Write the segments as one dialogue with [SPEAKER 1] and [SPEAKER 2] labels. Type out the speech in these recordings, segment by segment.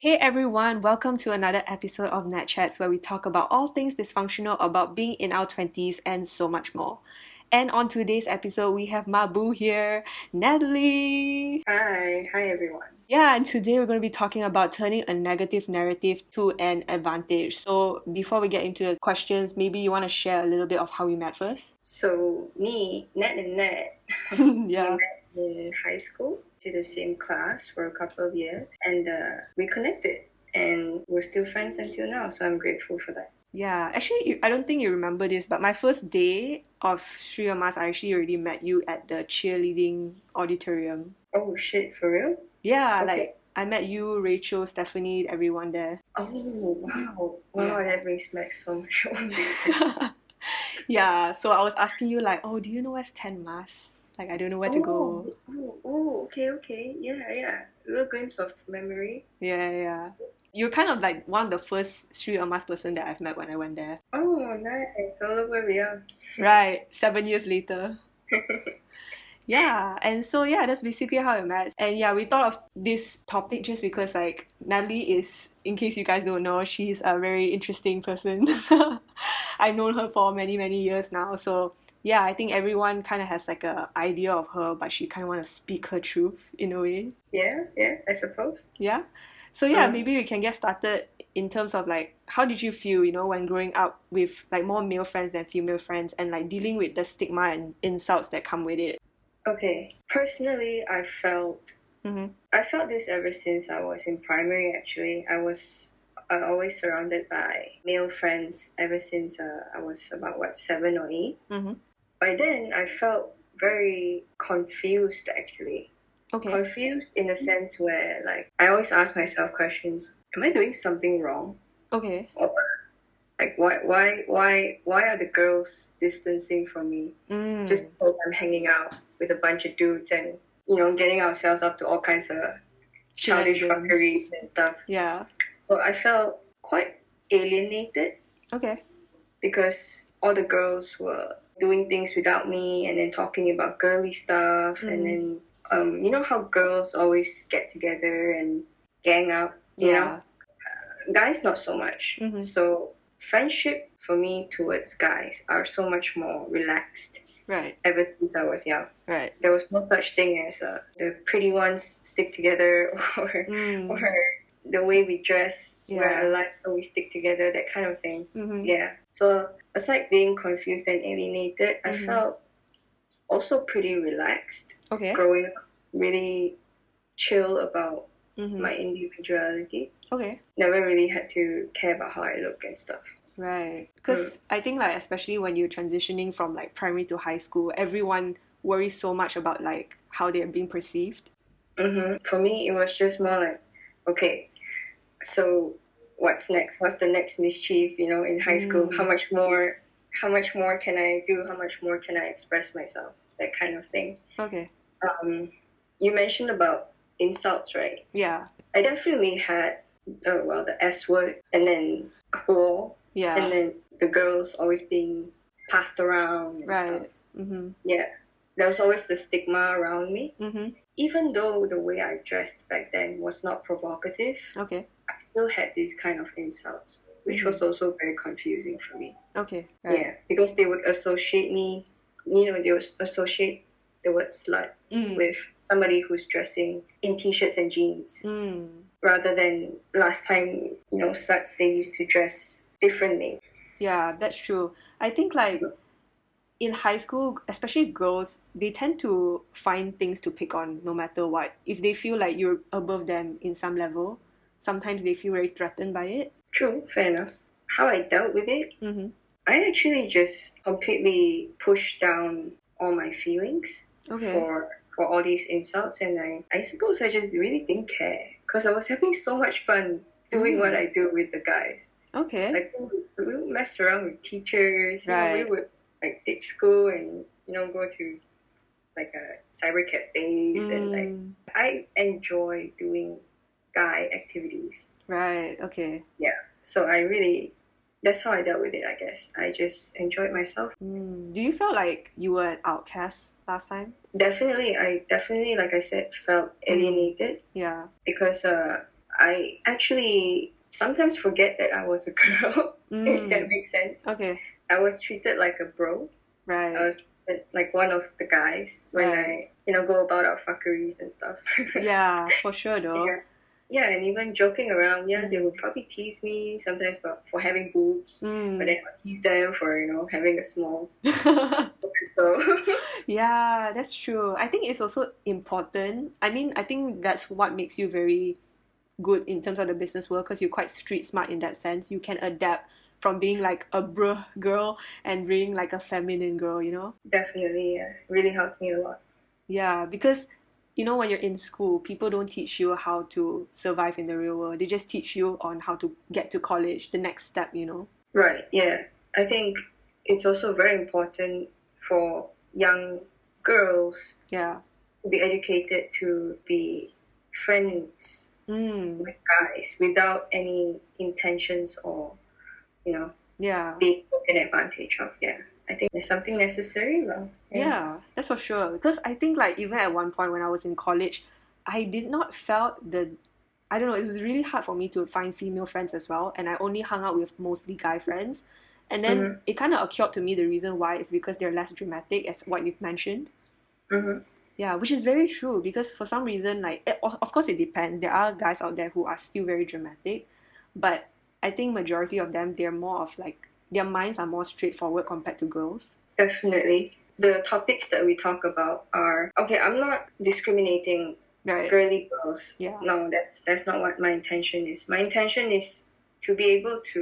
[SPEAKER 1] Hey everyone, welcome to another episode of Net Chats where we talk about all things dysfunctional about being in our 20s and so much more. And on today's episode, we have Mabu here, Natalie.
[SPEAKER 2] Hi, hi everyone.
[SPEAKER 1] Yeah, and today we're going to be talking about turning a negative narrative to an advantage. So, before we get into the questions, maybe you want to share a little bit of how we met first?
[SPEAKER 2] So me, Nat and Nat,
[SPEAKER 1] yeah.
[SPEAKER 2] we met in high school, did the same class for a couple of years, and uh, we connected, and we're still friends until now. So I'm grateful for that.
[SPEAKER 1] Yeah, actually, you, I don't think you remember this, but my first day of Sri Amas, I actually already met you at the cheerleading auditorium.
[SPEAKER 2] Oh shit, for real?
[SPEAKER 1] Yeah,
[SPEAKER 2] Okay.
[SPEAKER 1] like I met you, Rachel, Stephanie, everyone there.
[SPEAKER 2] Oh wow, wow, that brings back so much.
[SPEAKER 1] yeah, so I was asking you like, oh, do you know where's Ten Mas? Like I don't know where to go.
[SPEAKER 2] Oh, oh, okay, okay, yeah, yeah. Little glimpse of memory.
[SPEAKER 1] Yeah, yeah. You're kind of like one of the first Sri Amas person that I've met when I went there.
[SPEAKER 2] Oh, nice. So look where we are.
[SPEAKER 1] Right, seven years later. Yeah, and so yeah, that's basically how it met. And yeah, we thought of this topic just because like Natalie is, in case you guys don't know, she's a very interesting person. I've known her for many many years now, so yeah, I think everyone kind of has like a idea of her, but she kind of want to speak her truth in a way.
[SPEAKER 2] yeah, yeah. I suppose.
[SPEAKER 1] Yeah. So yeah,
[SPEAKER 2] Mhm.
[SPEAKER 1] maybe we can get started in terms of like how did you feel, you know, when growing up with like more male friends than female friends and like dealing with the stigma and insults that come with it.
[SPEAKER 2] Okay. Personally, I felt
[SPEAKER 1] hmm
[SPEAKER 2] I felt this ever since I was in primary. Actually, I was uh, always surrounded by male friends ever since uh, I was about what seven or eight.
[SPEAKER 1] Mhm.
[SPEAKER 2] By then, I felt very confused. Actually,
[SPEAKER 1] Okay.
[SPEAKER 2] confused in the sense where like I always ask myself questions: Am I doing something wrong?
[SPEAKER 1] Okay.
[SPEAKER 2] Like why why why why are the girls distancing from me
[SPEAKER 1] Mm.
[SPEAKER 2] just because I'm hanging out with a bunch of dudes and you know getting ourselves up to all kinds of childish
[SPEAKER 1] Shenanigans.
[SPEAKER 2] fuckeries and stuff.
[SPEAKER 1] Yeah.
[SPEAKER 2] So I felt quite alienated
[SPEAKER 1] Okay.
[SPEAKER 2] because all the girls were doing things without me and then talking about girly stuff
[SPEAKER 1] Mhm.
[SPEAKER 2] and then um, you know how girls always get together and gang up, you
[SPEAKER 1] Yeah.
[SPEAKER 2] know? Guys not so much.
[SPEAKER 1] Mhm.
[SPEAKER 2] So friendship for me towards guys are so much more relaxed
[SPEAKER 1] Right.
[SPEAKER 2] ever since I was young.
[SPEAKER 1] Right.
[SPEAKER 2] There was no such thing as uh, the pretty ones stick together or
[SPEAKER 1] Mm.
[SPEAKER 2] or the way we dress,
[SPEAKER 1] Yeah.
[SPEAKER 2] where our lives always stick together, that kind of thing.
[SPEAKER 1] Mhm.
[SPEAKER 2] Yeah. So aside being confused and alienated, I
[SPEAKER 1] Mhm.
[SPEAKER 2] felt also pretty relaxed
[SPEAKER 1] Okay.
[SPEAKER 2] growing up, really chill about
[SPEAKER 1] Mhm.
[SPEAKER 2] my individuality.
[SPEAKER 1] Okay.
[SPEAKER 2] Never really had to care about how I look and stuff.
[SPEAKER 1] Right.
[SPEAKER 2] Mm.
[SPEAKER 1] Because I think like especially when you're transitioning from like primary to high school, everyone worries so much about like how they're being perceived.
[SPEAKER 2] hmm For me, it was just more like, okay, so what's next? What's the next mischief? You know, in high school,
[SPEAKER 1] Mm.
[SPEAKER 2] how much more, how much more can I do? How much more can I express myself? That kind of thing.
[SPEAKER 1] Okay.
[SPEAKER 2] um, you mentioned about insults, right?
[SPEAKER 1] Yeah.
[SPEAKER 2] I definitely had, uh, well, the S word, and then whore, and
[SPEAKER 1] Yeah.
[SPEAKER 2] then the girls always being passed around and
[SPEAKER 1] Right.
[SPEAKER 2] stuff.
[SPEAKER 1] Mhm.
[SPEAKER 2] Yeah, there was always the stigma around me.
[SPEAKER 1] Mhm.
[SPEAKER 2] Even though the way I dressed back then was not provocative,
[SPEAKER 1] Okay.
[SPEAKER 2] I still had these kind of insults, which
[SPEAKER 1] Mhm.
[SPEAKER 2] was also very confusing for me.
[SPEAKER 1] Okay. Right.
[SPEAKER 2] Yeah, because they would associate me, you know, they would associate the word slut
[SPEAKER 1] Mm.
[SPEAKER 2] with somebody who's dressing in t-shirts and jeans
[SPEAKER 1] Mm.
[SPEAKER 2] rather than last time you know sluts they used to dress differently
[SPEAKER 1] Yeah, that's true. I think like in high school, especially girls, they tend to find things to pick on no matter what. If they feel like you're above them in some level, sometimes they feel very threatened by it.
[SPEAKER 2] true fair enough how i dealt with it
[SPEAKER 1] Mm-hmm.
[SPEAKER 2] i actually just completely pushed down all my feelings
[SPEAKER 1] Okay.
[SPEAKER 2] for for all these insults and i i suppose i just really didn't care because i was having so much fun doing
[SPEAKER 1] Mm.
[SPEAKER 2] what i do with the guys
[SPEAKER 1] Okay.
[SPEAKER 2] like we would, we would mess around with teachers you know, we
[SPEAKER 1] Right.
[SPEAKER 2] would like ditch school and you know go to like a cyber cafes and like
[SPEAKER 1] Mm.
[SPEAKER 2] I enjoy doing guy activities.
[SPEAKER 1] Right. Okay.
[SPEAKER 2] So I really that's how I dealt with it, I guess. I just enjoyed myself.
[SPEAKER 1] Mm. Do you feel like you were an outcast last time?
[SPEAKER 2] Definitely I definitely like I said felt
[SPEAKER 1] Mm.
[SPEAKER 2] alienated
[SPEAKER 1] Yeah.
[SPEAKER 2] because uh I actually sometimes forget that I was a girl, if
[SPEAKER 1] Mm.
[SPEAKER 2] that makes sense.
[SPEAKER 1] Okay.
[SPEAKER 2] I was treated like a bro. I
[SPEAKER 1] Right.
[SPEAKER 2] was treated like one of the guys when
[SPEAKER 1] Right.
[SPEAKER 2] I, you know, go about our fuckeries and stuff.
[SPEAKER 1] Yeah, for sure though.
[SPEAKER 2] yeah. Yeah, and even joking around, yeah, they
[SPEAKER 1] Mm.
[SPEAKER 2] would probably tease me sometimes for, for having boobs, but
[SPEAKER 1] Mm.
[SPEAKER 2] then I'll tease them for, you know, having a small so
[SPEAKER 1] Yeah, that's true. I think it's also important. I mean, I think that's what makes you very good in terms of the business world because you're quite street smart in that sense. You can adapt from being like a bruh girl and being like a feminine girl, you know?
[SPEAKER 2] definitely, yeah, really helped me a lot.
[SPEAKER 1] Yeah, because you know, when you're in school, people don't teach you how to survive in the real world. They just teach you on how to get to college, the next step, you know?
[SPEAKER 2] Right, yeah. I think it's also very important for young girls
[SPEAKER 1] Yeah.
[SPEAKER 2] to be educated to be friends
[SPEAKER 1] Mm,
[SPEAKER 2] with guys without any intentions or, you know,
[SPEAKER 1] yeah.
[SPEAKER 2] being taken advantage of. Yeah. I think there's something necessary though.
[SPEAKER 1] Yeah, that's for sure. Because I think like even at one point when I was in college, I did not felt the I don't know, it was really hard for me to find female friends as well, and I only hung out with mostly guy friends. And then
[SPEAKER 2] Mhm.
[SPEAKER 1] it kind of occurred to me the reason why is because they're less dramatic, as what you've mentioned.
[SPEAKER 2] hmm
[SPEAKER 1] Yeah, which is very true because for some reason, like, eh, of of course, it depends. There are guys out there who are still very dramatic, but I think majority of them, they're more of like, their minds are more straightforward compared to girls.
[SPEAKER 2] Definitely. The topics that we talk about are okay, I'm not discriminating
[SPEAKER 1] Right.
[SPEAKER 2] girly girls.
[SPEAKER 1] Yeah.
[SPEAKER 2] No, that's that's not what my intention is. My intention is to be able to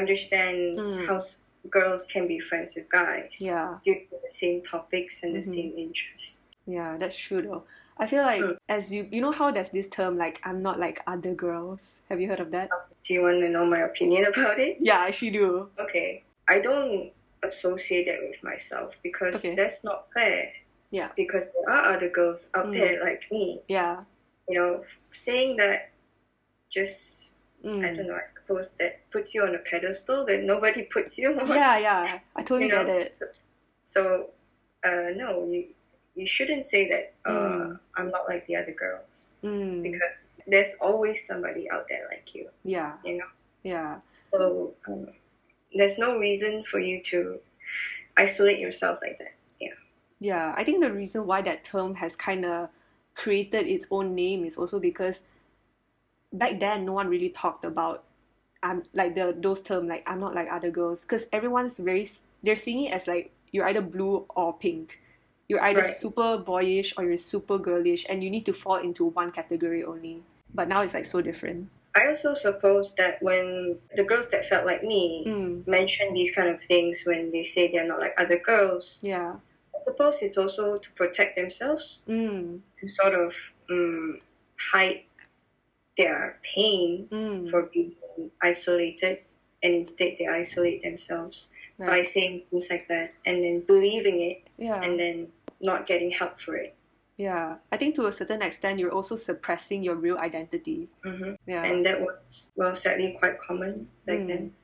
[SPEAKER 2] understand
[SPEAKER 1] Mm.
[SPEAKER 2] how s- girls can be friends with guys
[SPEAKER 1] Yeah.
[SPEAKER 2] due to the same topics and the
[SPEAKER 1] Mhm.
[SPEAKER 2] same interests.
[SPEAKER 1] Yeah, that's true though. I feel like
[SPEAKER 2] Mm.
[SPEAKER 1] as you you know how there's this term like I'm not like other girls. Have you heard of that?
[SPEAKER 2] Do you want to know my opinion about it?
[SPEAKER 1] Yeah, I actually do.
[SPEAKER 2] Okay, I don't associate that with myself because
[SPEAKER 1] Okay.
[SPEAKER 2] that's not fair.
[SPEAKER 1] Yeah.
[SPEAKER 2] Because there are other girls out
[SPEAKER 1] Mm.
[SPEAKER 2] there like me.
[SPEAKER 1] Yeah.
[SPEAKER 2] You know, f- saying that just I
[SPEAKER 1] Mm.
[SPEAKER 2] don't know, I suppose that puts you on a pedestal that nobody puts you on.
[SPEAKER 1] Yeah, yeah. I totally
[SPEAKER 2] you know?
[SPEAKER 1] get it.
[SPEAKER 2] So, so uh, no, you you shouldn't say that uh,
[SPEAKER 1] Mm.
[SPEAKER 2] I'm not like the other girls
[SPEAKER 1] Mm.
[SPEAKER 2] because there's always somebody out there like you.
[SPEAKER 1] Yeah.
[SPEAKER 2] You know?
[SPEAKER 1] Yeah.
[SPEAKER 2] So um, there's no reason for you to isolate yourself like that.
[SPEAKER 1] Yeah. I think the reason why that term has kind of created its own name is also because back then no one really talked about I'm like the those term like I'm not like other girls because everyone's very s- they're seeing it as like you're either blue or pink. You're either
[SPEAKER 2] Right.
[SPEAKER 1] super boyish or you're super girlish and you need to fall into one category only. But now it's like so different.
[SPEAKER 2] I also suppose that when the girls that felt like me
[SPEAKER 1] Mm,
[SPEAKER 2] mention these kind of things when they say they're not like other girls,
[SPEAKER 1] yeah.
[SPEAKER 2] I suppose it's also to protect themselves
[SPEAKER 1] Mm,
[SPEAKER 2] to sort of um, hide their pain
[SPEAKER 1] mm,
[SPEAKER 2] for being isolated and instead they isolate themselves by
[SPEAKER 1] right.
[SPEAKER 2] saying things like that and then believing it
[SPEAKER 1] Yeah.
[SPEAKER 2] and then not getting help for it
[SPEAKER 1] Yeah. I think to a certain extent you're also suppressing your real identity.
[SPEAKER 2] hmm
[SPEAKER 1] Mm-hmm. Yeah.
[SPEAKER 2] and that was well sadly quite common back
[SPEAKER 1] Mm.
[SPEAKER 2] then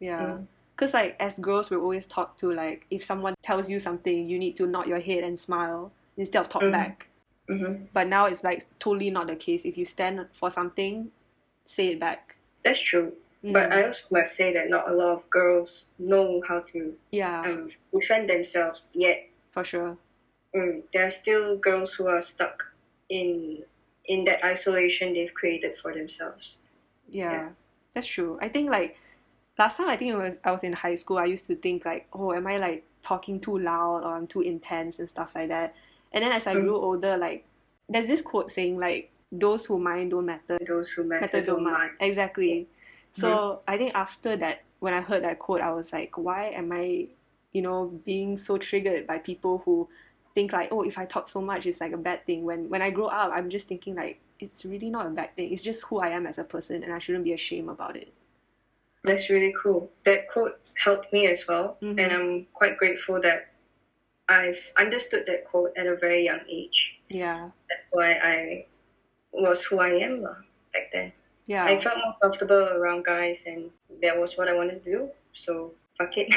[SPEAKER 1] Yeah.
[SPEAKER 2] Mm.
[SPEAKER 1] Because, like, as girls, we're always taught to, like, if someone tells you something, you need to nod your head and smile instead of talk
[SPEAKER 2] Mhm.
[SPEAKER 1] back.
[SPEAKER 2] hmm
[SPEAKER 1] But now it's, like, totally not the case. If you stand for something, say it back.
[SPEAKER 2] that's true
[SPEAKER 1] Mm.
[SPEAKER 2] but i also must say that not a lot of girls know how to
[SPEAKER 1] Yeah,
[SPEAKER 2] um, defend themselves yet
[SPEAKER 1] for sure.
[SPEAKER 2] mm, there are still girls who are stuck in in that isolation they've created for themselves
[SPEAKER 1] Yeah,
[SPEAKER 2] Yeah.
[SPEAKER 1] that's true. I think, like, last time I think it was I was in high school, I used to think, like, oh, am I, like, talking too loud or I'm too intense and stuff like that. And then as I
[SPEAKER 2] Mm.
[SPEAKER 1] grew older, like, there's this quote saying, like, those who mind don't matter.
[SPEAKER 2] those who matter
[SPEAKER 1] Better
[SPEAKER 2] don't
[SPEAKER 1] don't mind.
[SPEAKER 2] mind. Mm-hmm.
[SPEAKER 1] Exactly. So I think after that, when I heard that quote, I was like, why am I, you know, being so triggered by people who think like, oh, if I talk so much, it's like a bad thing. When when I grow up, I'm just thinking like, it's really not a bad thing. It's just who I am as a person, and I shouldn't be ashamed about it.
[SPEAKER 2] That's really cool. That quote helped me as well,
[SPEAKER 1] Mhm.
[SPEAKER 2] and I'm quite grateful that I've understood that quote at a very young age.
[SPEAKER 1] Yeah,
[SPEAKER 2] That's why I was who I am lah back then. I
[SPEAKER 1] yeah,
[SPEAKER 2] felt more comfortable around guys, and that was what I wanted to do. So fuck it.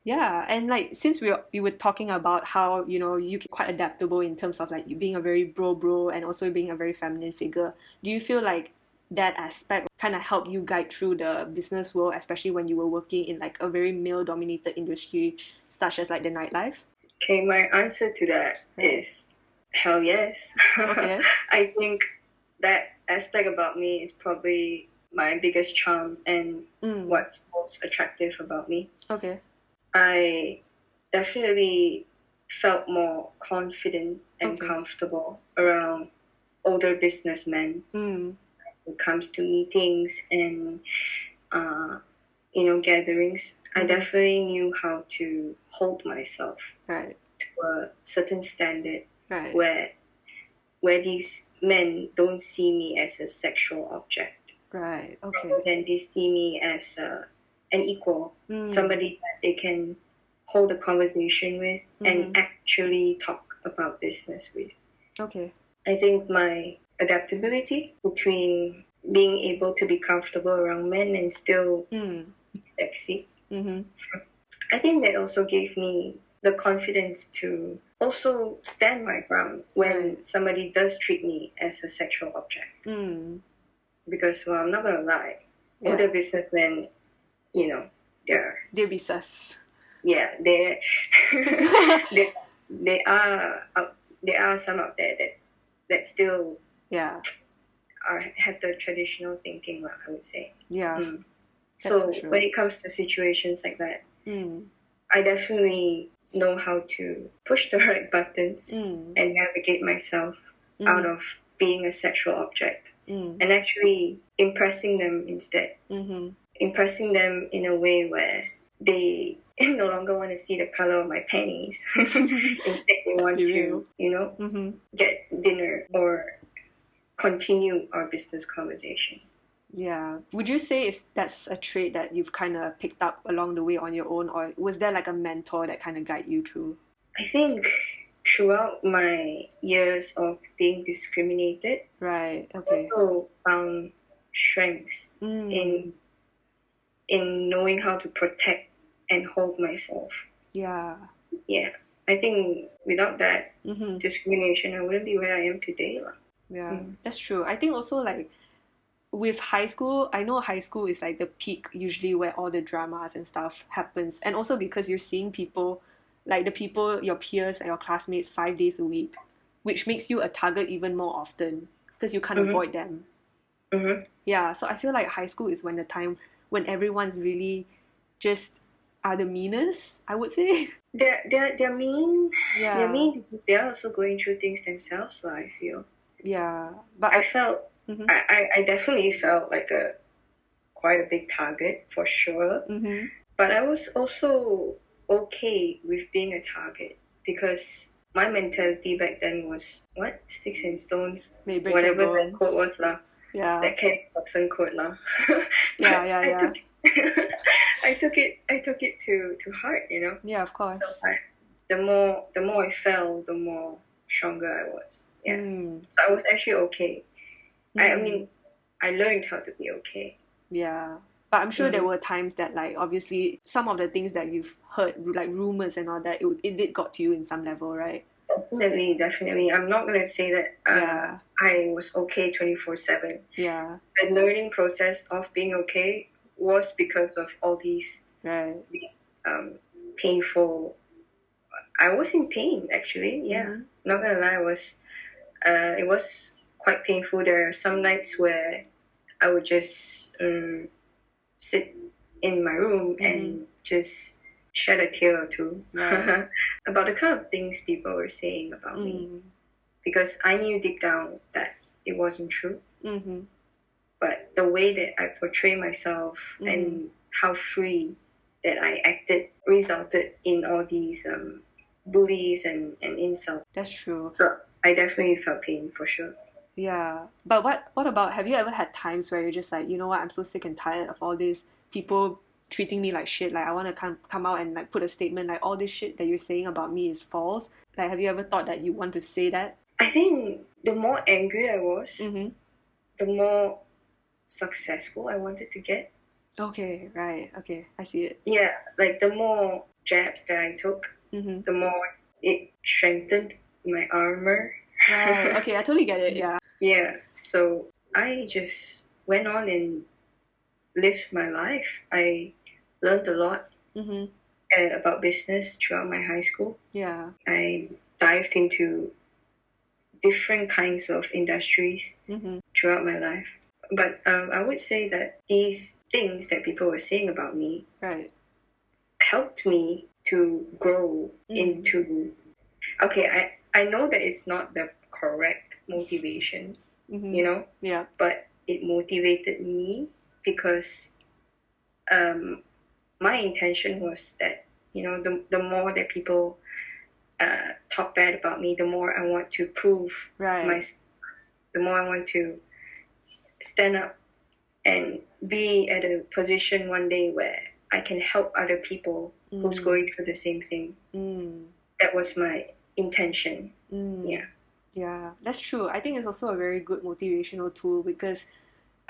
[SPEAKER 1] yeah. And like since we were, we were talking about how you know you quite adaptable in terms of like you being a very bro bro and also being a very feminine figure, do you feel like that aspect kind of helped you guide through the business world, especially when you were working in like a very male dominated industry, such as like the nightlife?
[SPEAKER 2] Okay, my answer to that is hell yes.
[SPEAKER 1] Okay.
[SPEAKER 2] I think that aspect about me is probably my biggest charm and
[SPEAKER 1] Mm,
[SPEAKER 2] what's most attractive about me.
[SPEAKER 1] Okay.
[SPEAKER 2] I definitely felt more confident and
[SPEAKER 1] Okay.
[SPEAKER 2] comfortable around older businessmen
[SPEAKER 1] Mm,
[SPEAKER 2] when it comes to meetings and uh, you know gatherings. I
[SPEAKER 1] Mhm.
[SPEAKER 2] definitely knew how to hold myself
[SPEAKER 1] right.
[SPEAKER 2] to a certain standard
[SPEAKER 1] Right.
[SPEAKER 2] where where these men don't see me as a sexual object,
[SPEAKER 1] Right. Okay.
[SPEAKER 2] then they see me as a, an equal,
[SPEAKER 1] Mm,
[SPEAKER 2] somebody that they can hold a conversation with
[SPEAKER 1] Mm-hmm.
[SPEAKER 2] and actually talk about business with.
[SPEAKER 1] Okay.
[SPEAKER 2] I think my adaptability between being able to be comfortable around men and still
[SPEAKER 1] Mm,
[SPEAKER 2] be sexy,
[SPEAKER 1] mm-hmm.
[SPEAKER 2] I think that also gave me the confidence to also stand my ground when
[SPEAKER 1] Right.
[SPEAKER 2] somebody does treat me as a sexual object.
[SPEAKER 1] Mm,
[SPEAKER 2] because well, I'm not gonna lie,
[SPEAKER 1] Yeah.
[SPEAKER 2] older businessmen, you know, they're
[SPEAKER 1] they'll be sus.
[SPEAKER 2] yeah, they they they are out, there are some out there that that still
[SPEAKER 1] yeah.
[SPEAKER 2] are have the traditional thinking, lah, I would say.
[SPEAKER 1] Yeah.
[SPEAKER 2] Mm.
[SPEAKER 1] That's
[SPEAKER 2] So
[SPEAKER 1] for sure.
[SPEAKER 2] when it comes to situations like that,
[SPEAKER 1] Mm,
[SPEAKER 2] I definitely know how to push the right buttons
[SPEAKER 1] mm,
[SPEAKER 2] and navigate myself
[SPEAKER 1] mm,
[SPEAKER 2] out of being a sexual object
[SPEAKER 1] mm,
[SPEAKER 2] and actually impressing them instead.
[SPEAKER 1] mm-hmm.
[SPEAKER 2] impressing them in a way where they no longer want to see the color of my panties. Instead, they
[SPEAKER 1] Let's
[SPEAKER 2] want
[SPEAKER 1] be
[SPEAKER 2] to,
[SPEAKER 1] real.
[SPEAKER 2] you know,
[SPEAKER 1] mm-hmm.
[SPEAKER 2] get dinner or continue our business conversation.
[SPEAKER 1] Yeah. Would you say it's, that's a trait that you've kind of picked up along the way on your own, or was there like a mentor that kind of guide you through?
[SPEAKER 2] I think throughout my years of being discriminated,
[SPEAKER 1] Right.
[SPEAKER 2] I
[SPEAKER 1] Okay.
[SPEAKER 2] also found strength
[SPEAKER 1] Mm,
[SPEAKER 2] in in knowing how to protect and hold myself.
[SPEAKER 1] yeah.
[SPEAKER 2] Yeah, I think without that
[SPEAKER 1] Mm-hmm.
[SPEAKER 2] discrimination, I wouldn't be where I am today, lah.
[SPEAKER 1] Yeah.
[SPEAKER 2] Mm.
[SPEAKER 1] That's true. I think also like with high school, I know high school is like the peak usually where all the dramas and stuff happens. And also because you're seeing people, like the people, your peers and your classmates five days a week, which makes you a target even more often because you can't
[SPEAKER 2] Mhm.
[SPEAKER 1] avoid them.
[SPEAKER 2] Mhm.
[SPEAKER 1] Yeah, so I feel like high school is when the time when everyone's really just are the meanest, I would say.
[SPEAKER 2] They're, they're, they're mean.
[SPEAKER 1] Yeah.
[SPEAKER 2] They're mean because they're also going through things themselves, lah, I feel.
[SPEAKER 1] Yeah. But
[SPEAKER 2] I
[SPEAKER 1] I,
[SPEAKER 2] felt,
[SPEAKER 1] Mhm.
[SPEAKER 2] I, I, I definitely felt like a quite a big target for sure.
[SPEAKER 1] hmm
[SPEAKER 2] But I was also okay with being a target because my mentality back then was what? Sticks and stones,
[SPEAKER 1] may break your
[SPEAKER 2] whatever that
[SPEAKER 1] bones.
[SPEAKER 2] quote was, lah.
[SPEAKER 1] Yeah.
[SPEAKER 2] That Ken Watson quote, lah.
[SPEAKER 1] Yeah, yeah,
[SPEAKER 2] I
[SPEAKER 1] yeah.
[SPEAKER 2] took, I took it, I took it to, to heart, you know?
[SPEAKER 1] Yeah, of course.
[SPEAKER 2] So I, the more the more I fell, the more stronger I was. Yeah.
[SPEAKER 1] Mm,
[SPEAKER 2] So I was actually okay. I, I
[SPEAKER 1] mm.
[SPEAKER 2] mean, I learned how to be okay.
[SPEAKER 1] Yeah. But I'm sure there
[SPEAKER 2] Mm.
[SPEAKER 1] were times that like obviously some of the things that you've heard like rumors and all that it, it did got to you in some level, right?
[SPEAKER 2] Definitely, definitely. I'm not gonna say that uh,
[SPEAKER 1] Yeah.
[SPEAKER 2] I was okay 24 seven.
[SPEAKER 1] Yeah.
[SPEAKER 2] The learning process of being okay was because of all these
[SPEAKER 1] Right.
[SPEAKER 2] um, painful. I was in pain actually. Yeah.
[SPEAKER 1] Mhm.
[SPEAKER 2] not gonna lie, it was uh, it was quite painful. There are some nights where I would just um, sit in my room and just shed a tear or two Uh,
[SPEAKER 1] Right.
[SPEAKER 2] about the kind of things people were saying about me
[SPEAKER 1] Mm.
[SPEAKER 2] because I knew deep down that it wasn't true.
[SPEAKER 1] Mm-hmm.
[SPEAKER 2] But the way that I portray myself and how free that I acted resulted in all these um, bullies and, and insults.
[SPEAKER 1] That's true.
[SPEAKER 2] So I definitely felt pain for sure.
[SPEAKER 1] Yeah. But what what about have you ever had times where you're just like, you know what, I'm so sick and tired of all these people treating me like shit. Like I wanna come come out and like put a statement like all this shit that you're saying about me is false. Like have you ever thought that you want to say that?
[SPEAKER 2] I think the more angry I was,
[SPEAKER 1] Mm-hmm.
[SPEAKER 2] the more successful I wanted to get.
[SPEAKER 1] Okay, right. Okay. I see it.
[SPEAKER 2] Yeah, like the more jabs that I took,
[SPEAKER 1] Mm-hmm.
[SPEAKER 2] the more it strengthened my armor.
[SPEAKER 1] Right. Okay, I totally get it. Yeah.
[SPEAKER 2] Yeah, so I just went on and lived my life. I learned a lot
[SPEAKER 1] Mm-hmm.
[SPEAKER 2] uh, about business throughout my high school.
[SPEAKER 1] Yeah.
[SPEAKER 2] I dived into different kinds of industries
[SPEAKER 1] Mm-hmm.
[SPEAKER 2] throughout my life. But um, I would say that these things that people were saying about me
[SPEAKER 1] Right.
[SPEAKER 2] helped me to grow
[SPEAKER 1] Mm.
[SPEAKER 2] into. Okay, I, I know that it's not the correct motivation,
[SPEAKER 1] Mm-hmm.
[SPEAKER 2] you know,
[SPEAKER 1] Yeah.
[SPEAKER 2] but it motivated me because um, my intention was that you know the, the more that people uh, talk bad about me the more i want to prove
[SPEAKER 1] Right.
[SPEAKER 2] my the more i want to stand up and be at a position one day where i can help other people who's
[SPEAKER 1] Mm.
[SPEAKER 2] going through the same thing
[SPEAKER 1] Mm.
[SPEAKER 2] that was my intention
[SPEAKER 1] Mm.
[SPEAKER 2] Yeah.
[SPEAKER 1] Yeah, that's true. I think it's also a very good motivational tool because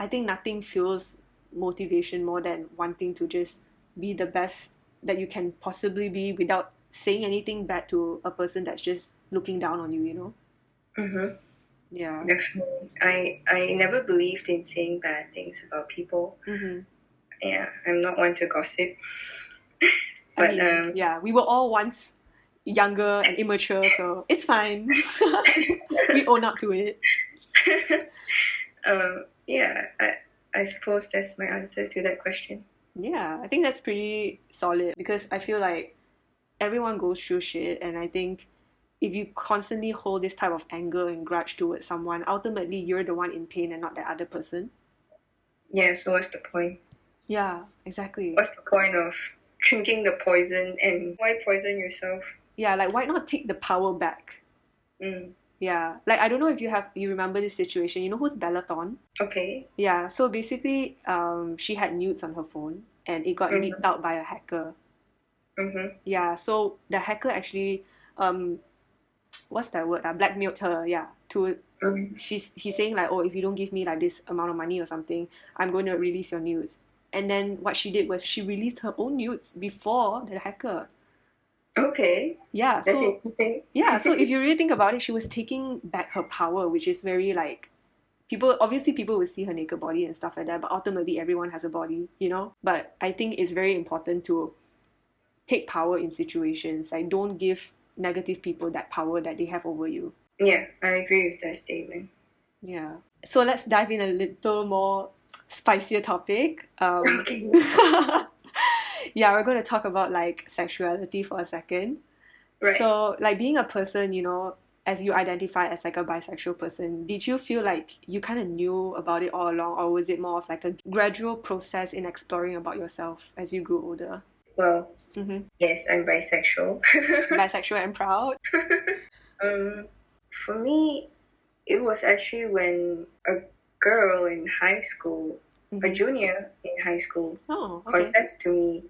[SPEAKER 1] I think nothing fuels motivation more than wanting to just be the best that you can possibly be without saying anything bad to a person that's just looking down on you, you know?
[SPEAKER 2] mm-hmm.
[SPEAKER 1] Yeah.
[SPEAKER 2] definitely i i never believed in saying bad things about people
[SPEAKER 1] hmm
[SPEAKER 2] yeah i'm not one to gossip
[SPEAKER 1] I
[SPEAKER 2] but
[SPEAKER 1] mean,
[SPEAKER 2] um
[SPEAKER 1] yeah, we were all once younger and immature, so it's fine. We own up to it.
[SPEAKER 2] um, yeah, I, I suppose that's my answer to that question.
[SPEAKER 1] Yeah, I think that's pretty solid because I feel like everyone goes through shit, and I think if you constantly hold this type of anger and grudge towards someone, ultimately you're the one in pain and not the other person.
[SPEAKER 2] Yeah, so what's the point?
[SPEAKER 1] Yeah, exactly.
[SPEAKER 2] What's the point of drinking the poison and why poison yourself?
[SPEAKER 1] Yeah, like why not take the power back?
[SPEAKER 2] Mm,
[SPEAKER 1] Yeah, like I don't know if you have you remember this situation. You know who's Bellaton?
[SPEAKER 2] okay.
[SPEAKER 1] Yeah, so basically, um, she had nudes on her phone and it got
[SPEAKER 2] Mhm.
[SPEAKER 1] leaked out by a hacker.
[SPEAKER 2] Mm-hmm.
[SPEAKER 1] Yeah, so the hacker actually, um, what's that word? Uh, blackmailed her. Yeah, to
[SPEAKER 2] Mm.
[SPEAKER 1] she's he's saying like, oh, if you don't give me like this amount of money or something, I'm going to release your nudes. And then what she did was she released her own nudes before the hacker.
[SPEAKER 2] Okay,
[SPEAKER 1] Yeah,
[SPEAKER 2] that's
[SPEAKER 1] so
[SPEAKER 2] interesting.
[SPEAKER 1] yeah, so if you really think about it, she was taking back her power, which is very like people obviously people will see her naked body and stuff like that, but ultimately everyone has a body, you know? But I think it's very important to take power in situations. Like don't give negative people that power that they have over you.
[SPEAKER 2] Yeah, I agree with that statement.
[SPEAKER 1] Yeah. So let's dive in a little more spicier topic. Um,
[SPEAKER 2] Okay.
[SPEAKER 1] yeah, we're going to talk about like sexuality for a second.
[SPEAKER 2] Right.
[SPEAKER 1] So, like being a person, you know, as you identify as like a bisexual person, did you feel like you kind of knew about it all along, or was it more of like a gradual process in exploring about yourself as you grew older?
[SPEAKER 2] well,
[SPEAKER 1] hmm
[SPEAKER 2] yes, I'm bisexual.
[SPEAKER 1] Bisexual and proud.
[SPEAKER 2] um, for me, it was actually when a girl in high school, a
[SPEAKER 1] Mhm.
[SPEAKER 2] junior in high school,
[SPEAKER 1] Oh, okay.
[SPEAKER 2] confessed to me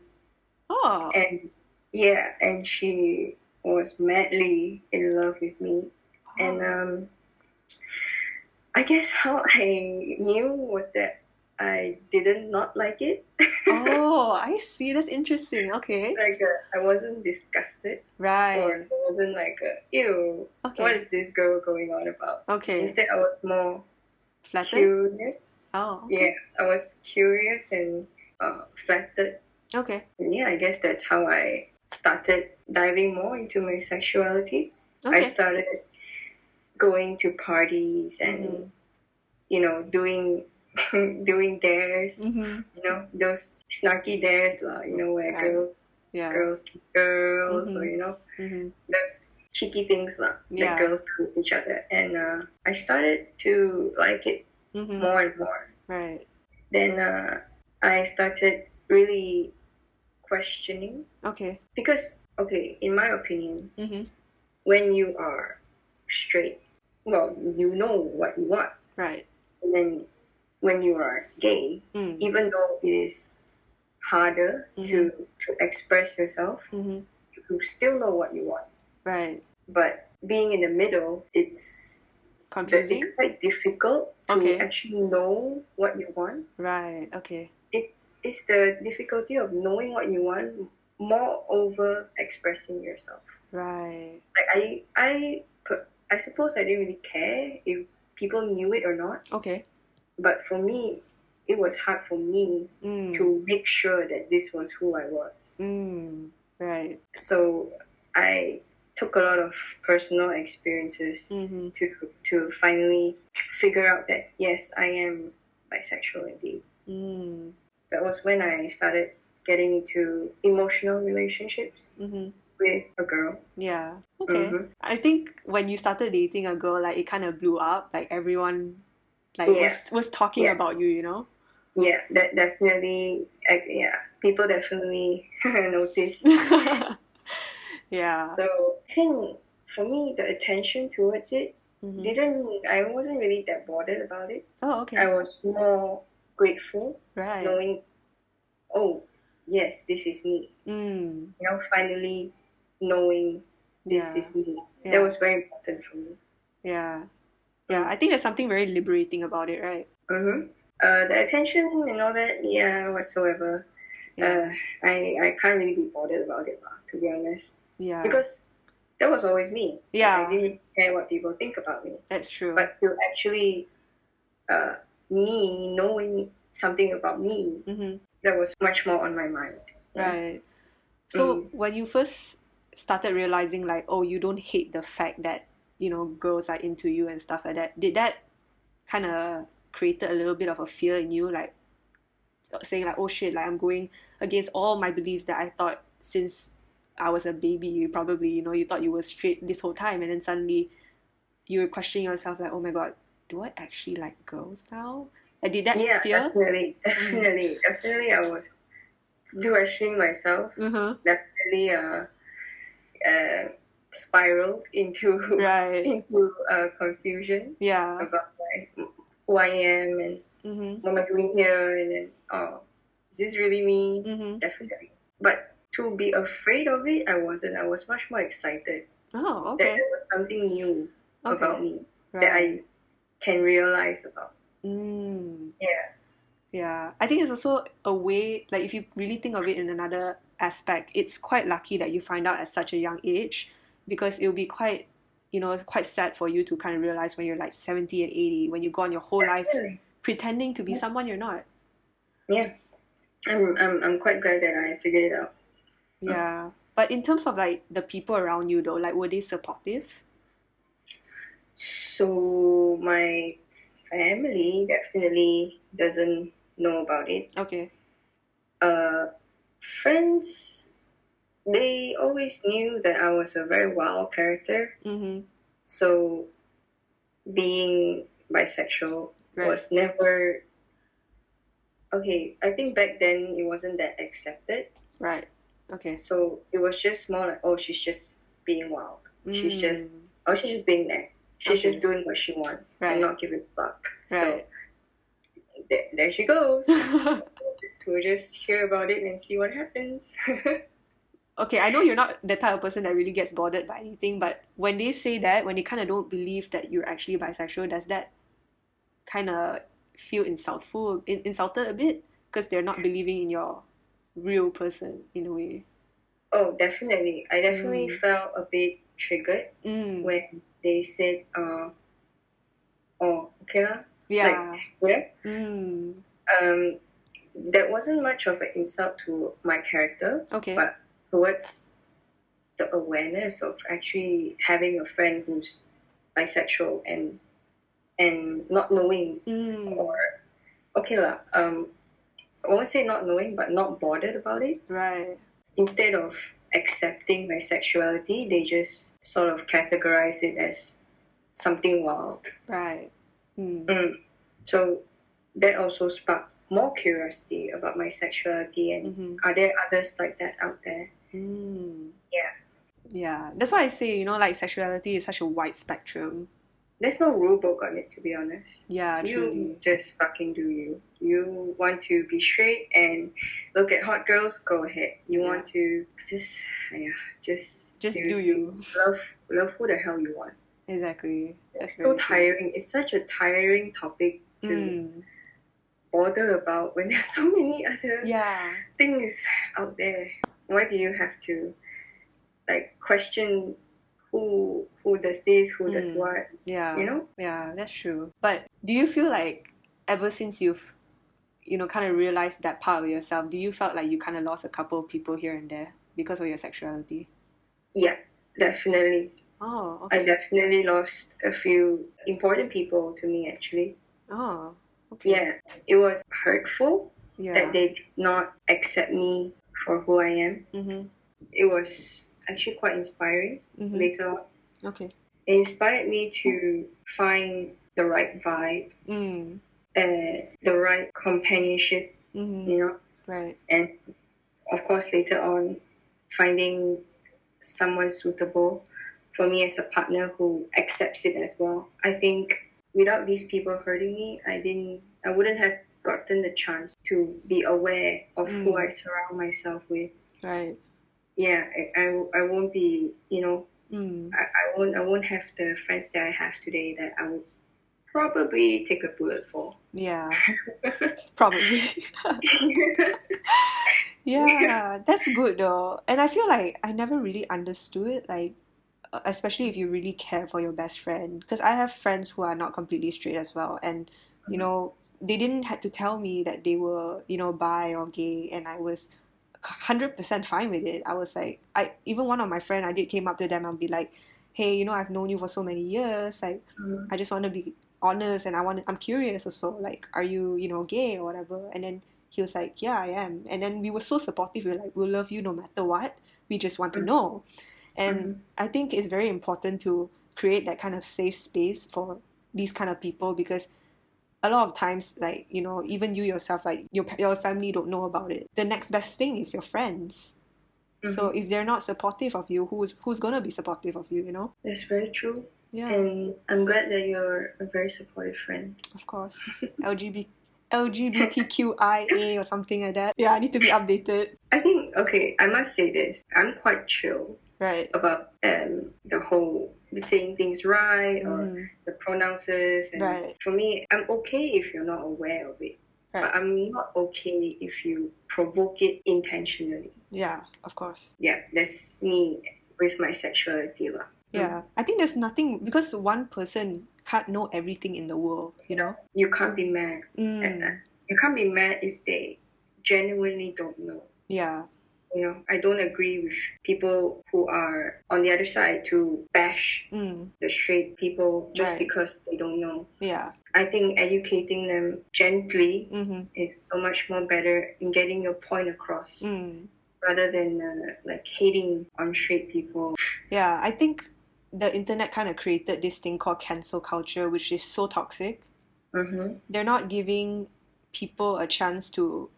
[SPEAKER 1] Oh,
[SPEAKER 2] and yeah, and she was madly in love with me. And
[SPEAKER 1] wow.
[SPEAKER 2] um, I guess how I knew was that I didn't not like it.
[SPEAKER 1] Oh, I see. That's interesting. Okay.
[SPEAKER 2] like uh, I wasn't disgusted, or
[SPEAKER 1] Right.
[SPEAKER 2] I wasn't like, uh, ew, what
[SPEAKER 1] Okay.
[SPEAKER 2] is this girl going on about?
[SPEAKER 1] Okay.
[SPEAKER 2] Instead, I was more
[SPEAKER 1] Flattered?
[SPEAKER 2] curious.
[SPEAKER 1] Oh,
[SPEAKER 2] Yeah,
[SPEAKER 1] okay.
[SPEAKER 2] I was curious and uh, flattered.
[SPEAKER 1] Okay.
[SPEAKER 2] And yeah, I guess that's how I started diving more into my sexuality. I
[SPEAKER 1] Okay.
[SPEAKER 2] started going to parties and
[SPEAKER 1] Mm-hmm.
[SPEAKER 2] you know doing doing dares
[SPEAKER 1] Mm-hmm.
[SPEAKER 2] you know those snarky dares lah, you know where
[SPEAKER 1] Right.
[SPEAKER 2] girls
[SPEAKER 1] Yeah.
[SPEAKER 2] girls kiss girls or
[SPEAKER 1] Mhm.
[SPEAKER 2] you know
[SPEAKER 1] Mm-hmm.
[SPEAKER 2] those cheeky things lah that
[SPEAKER 1] Yeah.
[SPEAKER 2] girls do with each other and uh, I started to like it
[SPEAKER 1] Mm-hmm.
[SPEAKER 2] more and more
[SPEAKER 1] Right.
[SPEAKER 2] then uh, I started really questioning
[SPEAKER 1] Okay.
[SPEAKER 2] because okay in my opinion
[SPEAKER 1] Mm-hmm.
[SPEAKER 2] when you are straight well you know what you want
[SPEAKER 1] Right.
[SPEAKER 2] and then when you are gay,
[SPEAKER 1] Mm.
[SPEAKER 2] even though it is harder to to express yourself,
[SPEAKER 1] Mm-hmm.
[SPEAKER 2] you still know what you want.
[SPEAKER 1] Right.
[SPEAKER 2] But being in the middle, it's the, it's
[SPEAKER 1] Confusing?
[SPEAKER 2] quite difficult to
[SPEAKER 1] Okay.
[SPEAKER 2] actually know what you want.
[SPEAKER 1] Right. Okay.
[SPEAKER 2] It's it's the difficulty of knowing what you want, more over expressing yourself.
[SPEAKER 1] Right.
[SPEAKER 2] Like I I per- I suppose I didn't really care if people knew it or not.
[SPEAKER 1] Okay.
[SPEAKER 2] But for me, it was hard for me
[SPEAKER 1] Mm.
[SPEAKER 2] to make sure that this was who I was.
[SPEAKER 1] Mm. Right.
[SPEAKER 2] So I took a lot of personal experiences
[SPEAKER 1] Mm-hmm.
[SPEAKER 2] to to finally figure out that yes, I am bisexual indeed.
[SPEAKER 1] Mm.
[SPEAKER 2] That was when I started getting into emotional relationships
[SPEAKER 1] Mm-hmm.
[SPEAKER 2] with a girl.
[SPEAKER 1] Yeah. Okay.
[SPEAKER 2] Mhm.
[SPEAKER 1] I think when you started dating a girl, like it kind of blew up. Like everyone, like
[SPEAKER 2] Yeah.
[SPEAKER 1] was was talking
[SPEAKER 2] Yeah.
[SPEAKER 1] about you. You know.
[SPEAKER 2] Yeah, that definitely. I, yeah, people definitely noticed.
[SPEAKER 1] yeah.
[SPEAKER 2] So I think for me, the attention towards it
[SPEAKER 1] Mhm.
[SPEAKER 2] didn't. I wasn't really that bothered about it.
[SPEAKER 1] Oh, okay.
[SPEAKER 2] I was more grateful
[SPEAKER 1] Right.
[SPEAKER 2] knowing, oh, yes, this is me.
[SPEAKER 1] Mm.
[SPEAKER 2] You know, finally knowing this
[SPEAKER 1] yeah.
[SPEAKER 2] is me.
[SPEAKER 1] Yeah.
[SPEAKER 2] That was very important for me.
[SPEAKER 1] Yeah. Yeah. I think there's something very liberating about it, right?
[SPEAKER 2] Mm-hmm. Uh, the attention and all that, yeah, whatsoever.
[SPEAKER 1] Yeah.
[SPEAKER 2] Uh, I, I can't really be bothered about it, lah, to be honest.
[SPEAKER 1] yeah.
[SPEAKER 2] Because that was always me.
[SPEAKER 1] Yeah.
[SPEAKER 2] I didn't care what people think about me.
[SPEAKER 1] That's true.
[SPEAKER 2] But to actually, uh, me knowing something about me,
[SPEAKER 1] mm-hmm.
[SPEAKER 2] that was much more on my mind. Yeah.
[SPEAKER 1] Right. So
[SPEAKER 2] Mm.
[SPEAKER 1] when you first started realizing like, oh, you don't hate the fact that, you know, girls are into you and stuff like that, did that kind of created a little bit of a fear in you, like saying like, oh shit, like I'm going against all my beliefs that I thought since I was a baby, you probably, you know, you thought you were straight this whole time and then suddenly you're questioning yourself like, oh my god, do I actually like girls now? And did that
[SPEAKER 2] Yeah,
[SPEAKER 1] fear?
[SPEAKER 2] definitely, definitely, definitely. I was questioning myself.
[SPEAKER 1] Mhm.
[SPEAKER 2] Definitely, uh, uh, spiraled into
[SPEAKER 1] Right.
[SPEAKER 2] into uh, confusion
[SPEAKER 1] Yeah.
[SPEAKER 2] about like, who I am and
[SPEAKER 1] Mm-hmm.
[SPEAKER 2] what am I doing here, and then oh, is this really me?
[SPEAKER 1] Mm-hmm.
[SPEAKER 2] Definitely, but to be afraid of it, I wasn't. I was much more excited
[SPEAKER 1] Oh,
[SPEAKER 2] that
[SPEAKER 1] okay.
[SPEAKER 2] there was something new
[SPEAKER 1] Okay.
[SPEAKER 2] about me that
[SPEAKER 1] Right.
[SPEAKER 2] I can realize about.
[SPEAKER 1] Mm,
[SPEAKER 2] Yeah,
[SPEAKER 1] yeah. I think it's also a way, like if you really think of it in another aspect, it's quite lucky that you find out at such a young age because it'll be quite, you know, quite sad for you to kind of realize when you're like 70 and 80, when you go on your whole life
[SPEAKER 2] definitely.
[SPEAKER 1] pretending to be
[SPEAKER 2] Yeah.
[SPEAKER 1] someone you're not.
[SPEAKER 2] Yeah, I'm, I'm I'm quite glad that I figured it out. Mm.
[SPEAKER 1] Yeah. But in terms of like the people around you though, like were they supportive?
[SPEAKER 2] So my family definitely doesn't know about it.
[SPEAKER 1] Okay.
[SPEAKER 2] Uh, friends, they always knew that I was a very wild character.
[SPEAKER 1] Mm-hmm.
[SPEAKER 2] So being bisexual
[SPEAKER 1] Right.
[SPEAKER 2] was never okay. I think back then it wasn't that accepted.
[SPEAKER 1] Right. Okay.
[SPEAKER 2] So it was just more like, oh, she's just being wild. She's just
[SPEAKER 1] Mm,
[SPEAKER 2] oh, she's just being there. She's
[SPEAKER 1] Okay.
[SPEAKER 2] just doing what she wants
[SPEAKER 1] Right.
[SPEAKER 2] and not giving a fuck. So
[SPEAKER 1] right.
[SPEAKER 2] there, there she goes. So we'll just hear about it and see what happens.
[SPEAKER 1] Okay, I know you're not the type of person that really gets bothered by anything, but when they say that, when they kind of don't believe that you're actually bisexual, does that kind of feel insultful, in insulted a bit? Because they're not believing in your real person in a way.
[SPEAKER 2] oh, definitely. I definitely
[SPEAKER 1] Mm.
[SPEAKER 2] felt a bit triggered
[SPEAKER 1] Mm,
[SPEAKER 2] when they said, uh, oh, okay lah.
[SPEAKER 1] yeah.
[SPEAKER 2] Yeah.
[SPEAKER 1] Mm,
[SPEAKER 2] Um, that wasn't much of an insult to my character
[SPEAKER 1] okay.
[SPEAKER 2] But- towards the awareness of actually having a friend who's bisexual and and not knowing
[SPEAKER 1] Mm,
[SPEAKER 2] or okay lah. Um, I won't say not knowing, but not bothered about it.
[SPEAKER 1] right.
[SPEAKER 2] Instead of accepting my sexuality, they just sort of categorize it as something wild.
[SPEAKER 1] Right. Mm,
[SPEAKER 2] Mm. So that also sparked more curiosity about my sexuality and
[SPEAKER 1] mm-hmm.
[SPEAKER 2] are there others like that out there?
[SPEAKER 1] Mm.
[SPEAKER 2] Yeah.
[SPEAKER 1] Yeah. That's why I say, you know, like sexuality is such a wide spectrum.
[SPEAKER 2] There's no rule book on it to be honest.
[SPEAKER 1] Yeah,
[SPEAKER 2] you
[SPEAKER 1] truly.
[SPEAKER 2] just fucking do you. You want to be straight and look at hot girls, go ahead. You
[SPEAKER 1] Yeah.
[SPEAKER 2] want to just yeah, just
[SPEAKER 1] Just do
[SPEAKER 2] seriously
[SPEAKER 1] you.
[SPEAKER 2] love love who the hell you want.
[SPEAKER 1] Exactly. That's
[SPEAKER 2] It's
[SPEAKER 1] very
[SPEAKER 2] so
[SPEAKER 1] true.
[SPEAKER 2] tiring. It's such a tiring topic to
[SPEAKER 1] Mm.
[SPEAKER 2] bother about when there's so many other
[SPEAKER 1] Yeah,
[SPEAKER 2] things out there. Why do you have to like question who who does this, who does
[SPEAKER 1] Mm.
[SPEAKER 2] what?
[SPEAKER 1] yeah,
[SPEAKER 2] You know?
[SPEAKER 1] yeah, that's true. But do you feel like ever since you've you know, kind of realize that part of yourself? Do you felt like you kind of lost a couple of people here and there because of your sexuality?
[SPEAKER 2] Yeah, definitely.
[SPEAKER 1] Oh,
[SPEAKER 2] I
[SPEAKER 1] okay.
[SPEAKER 2] definitely lost a few important people to me actually.
[SPEAKER 1] Oh, okay.
[SPEAKER 2] Yeah, it was hurtful that
[SPEAKER 1] Yeah.
[SPEAKER 2] they did not accept me for who I am.
[SPEAKER 1] Mhm.
[SPEAKER 2] It was actually quite inspiring
[SPEAKER 1] Mhm.
[SPEAKER 2] later. on.
[SPEAKER 1] Okay.
[SPEAKER 2] It inspired me to find the right vibe
[SPEAKER 1] Mm.
[SPEAKER 2] and the right companionship,
[SPEAKER 1] Mhm.
[SPEAKER 2] you know,
[SPEAKER 1] Right.
[SPEAKER 2] and of course later on finding someone suitable for me as a partner who accepts it as well. I think without these people hurting me, I didn't I wouldn't have gotten the chance to be aware of who
[SPEAKER 1] Mm.
[SPEAKER 2] I surround myself with.
[SPEAKER 1] Right.
[SPEAKER 2] Yeah, I, I, I won't be, you know,
[SPEAKER 1] Mm.
[SPEAKER 2] I, I won't I won't have the friends that I have today that I would probably take a bullet for.
[SPEAKER 1] Yeah. Probably. Yeah, that's good though. And I feel like I never really understood, like, uh, especially if you really care for your best friend. Because I have friends who are not completely straight as well. And, you know, they didn't have to tell me that they were, you know, bi or gay. And I was 100% fine with it. I was like, I even one of my friend, I did came up to them and be like, hey, you know, I've known you for so many years. Like,
[SPEAKER 2] Mm.
[SPEAKER 1] I just want to be honest and I want I'm curious also like are you you know gay or whatever and then he was like yeah I am and then we were so supportive we were like we'll love you no matter what we just want to
[SPEAKER 2] Mm.
[SPEAKER 1] know and
[SPEAKER 2] Mhm.
[SPEAKER 1] I think it's very important to create that kind of safe space for these kind of people because a lot of times like you know even you yourself like your pa- your family don't know about it the next best thing is your friends so
[SPEAKER 2] Mhm.
[SPEAKER 1] if they're not supportive of you who's who's gonna be supportive of you you know
[SPEAKER 2] That's very true.
[SPEAKER 1] yeah
[SPEAKER 2] And I'm glad that you're a very supportive friend.
[SPEAKER 1] Of course. LGBT LGBTQIA or something like that. Yeah, I need to be updated.
[SPEAKER 2] I think, okay, I must say this. I'm quite chill
[SPEAKER 1] Right.
[SPEAKER 2] about um, the whole saying things right or
[SPEAKER 1] Mm,
[SPEAKER 2] the pronounces. And
[SPEAKER 1] right.
[SPEAKER 2] for me, I'm okay if you're not aware of it. But um,
[SPEAKER 1] Right.
[SPEAKER 2] I'm not okay if you provoke it intentionally.
[SPEAKER 1] Yeah, of course.
[SPEAKER 2] Yeah, that's me with my sexuality. lah. Mm.
[SPEAKER 1] Yeah. I think there's nothing because one person can't know everything in the world, you know?
[SPEAKER 2] You can't be mad at that.
[SPEAKER 1] Mm,
[SPEAKER 2] You can't be mad if they genuinely don't know.
[SPEAKER 1] yeah.
[SPEAKER 2] you know, I don't agree with people who are on the other side to bash
[SPEAKER 1] Mm,
[SPEAKER 2] the straight people just
[SPEAKER 1] right.
[SPEAKER 2] because they don't know.
[SPEAKER 1] Yeah.
[SPEAKER 2] I think educating them gently
[SPEAKER 1] Mm-hmm.
[SPEAKER 2] is so much more better in getting your point across
[SPEAKER 1] Mm.
[SPEAKER 2] rather than uh, like hating on straight people.
[SPEAKER 1] Yeah, I think the internet kind of created this thing called cancel culture, which is so toxic.
[SPEAKER 2] Mm-hmm.
[SPEAKER 1] They're not giving people a chance to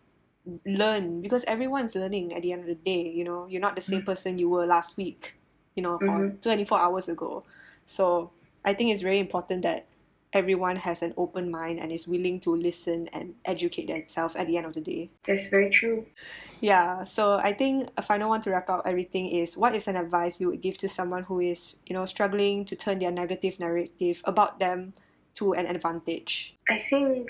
[SPEAKER 1] learn because everyone's learning at the end of the day you know you're not the same person you were last week you know or
[SPEAKER 2] Mm-hmm.
[SPEAKER 1] 24 hours ago so i think it's very important that everyone has an open mind and is willing to listen and educate themselves at the end of the day
[SPEAKER 2] That's very true.
[SPEAKER 1] yeah so i think a final one to wrap up everything is what is an advice you would give to someone who is you know struggling to turn their negative narrative about them to an advantage
[SPEAKER 2] I think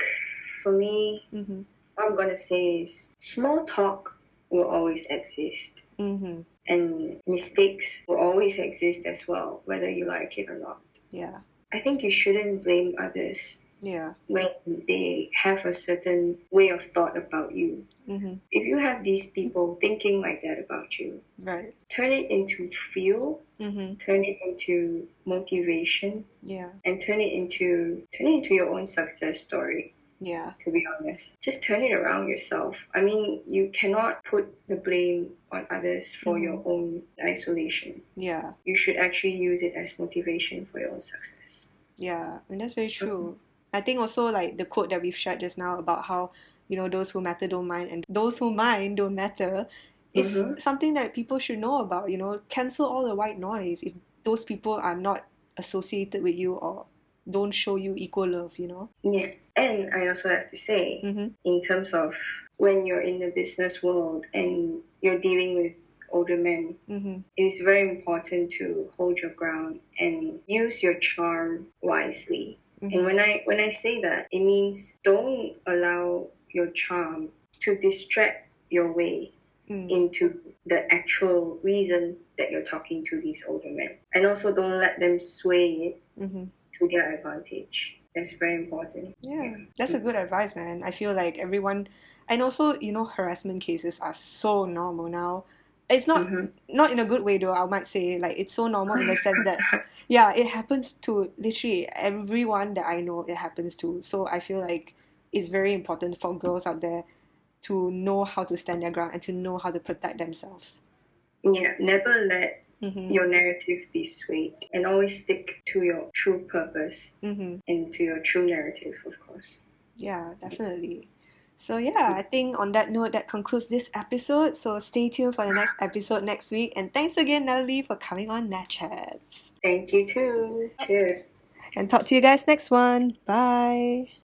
[SPEAKER 2] for me,
[SPEAKER 1] mm-hmm.
[SPEAKER 2] what I'm gonna say is small talk will always exist.
[SPEAKER 1] Mm-hmm.
[SPEAKER 2] and mistakes will always exist as well, whether you like it or not.
[SPEAKER 1] yeah
[SPEAKER 2] I think you shouldn't blame others
[SPEAKER 1] yeah
[SPEAKER 2] when they have a certain way of thought about you.
[SPEAKER 1] mm-hmm.
[SPEAKER 2] If you have these people thinking like that about you,
[SPEAKER 1] right
[SPEAKER 2] turn it into fuel,
[SPEAKER 1] mm-hmm.
[SPEAKER 2] turn it into motivation,
[SPEAKER 1] yeah
[SPEAKER 2] and turn it into turn it into your own success story.
[SPEAKER 1] yeah
[SPEAKER 2] To be honest, just turn it around yourself. I mean, you cannot put the blame on others for
[SPEAKER 1] Mm-hmm.
[SPEAKER 2] your own isolation.
[SPEAKER 1] Yeah,
[SPEAKER 2] you should actually use it as motivation for your own success.
[SPEAKER 1] yeah, and that's very
[SPEAKER 2] Mhm.
[SPEAKER 1] true. I think also like the quote that we've shared just now about how, you know, those who matter don't mind and those who mind don't matter is
[SPEAKER 2] Mhm.
[SPEAKER 1] something that people should know about, you know, cancel all the white noise if those people are not associated with you or don't show you equal love, you know?
[SPEAKER 2] Yeah. And I also have to say,
[SPEAKER 1] Mm-hmm.
[SPEAKER 2] in terms of when you're in the business world and you're dealing with older men,
[SPEAKER 1] Mm-hmm.
[SPEAKER 2] it is very important to hold your ground and use your charm wisely. And
[SPEAKER 1] Mm-hmm.
[SPEAKER 2] when I when I say that, it means don't allow your charm to distract your way
[SPEAKER 1] Mm.
[SPEAKER 2] into the actual reason that you're talking to these older men. And also don't let them sway it
[SPEAKER 1] Mm-hmm.
[SPEAKER 2] to their advantage. That's very important.
[SPEAKER 1] Yeah, that's a good advice, man. I feel like everyone, and also you know, harassment cases are so normal now. It's not
[SPEAKER 2] Mhm.
[SPEAKER 1] not in a good way though. I might say like it's so normal in the sense that yeah, it happens to literally everyone that I know. It happens to. So I feel like it's very important for girls out there to know how to stand their ground and to know how to protect themselves.
[SPEAKER 2] yeah, never let
[SPEAKER 1] Mm-hmm.
[SPEAKER 2] your narrative be swayed and always stick to your true purpose
[SPEAKER 1] Mm-hmm.
[SPEAKER 2] and to your true narrative, of course.
[SPEAKER 1] Yeah, definitely. So, yeah, I think on that note, that concludes this episode. So, stay tuned for the next episode next week. And thanks again, Natalie, for coming on Nat Chats.
[SPEAKER 2] Thank you too. Cheers.
[SPEAKER 1] And talk to you guys next one. Bye.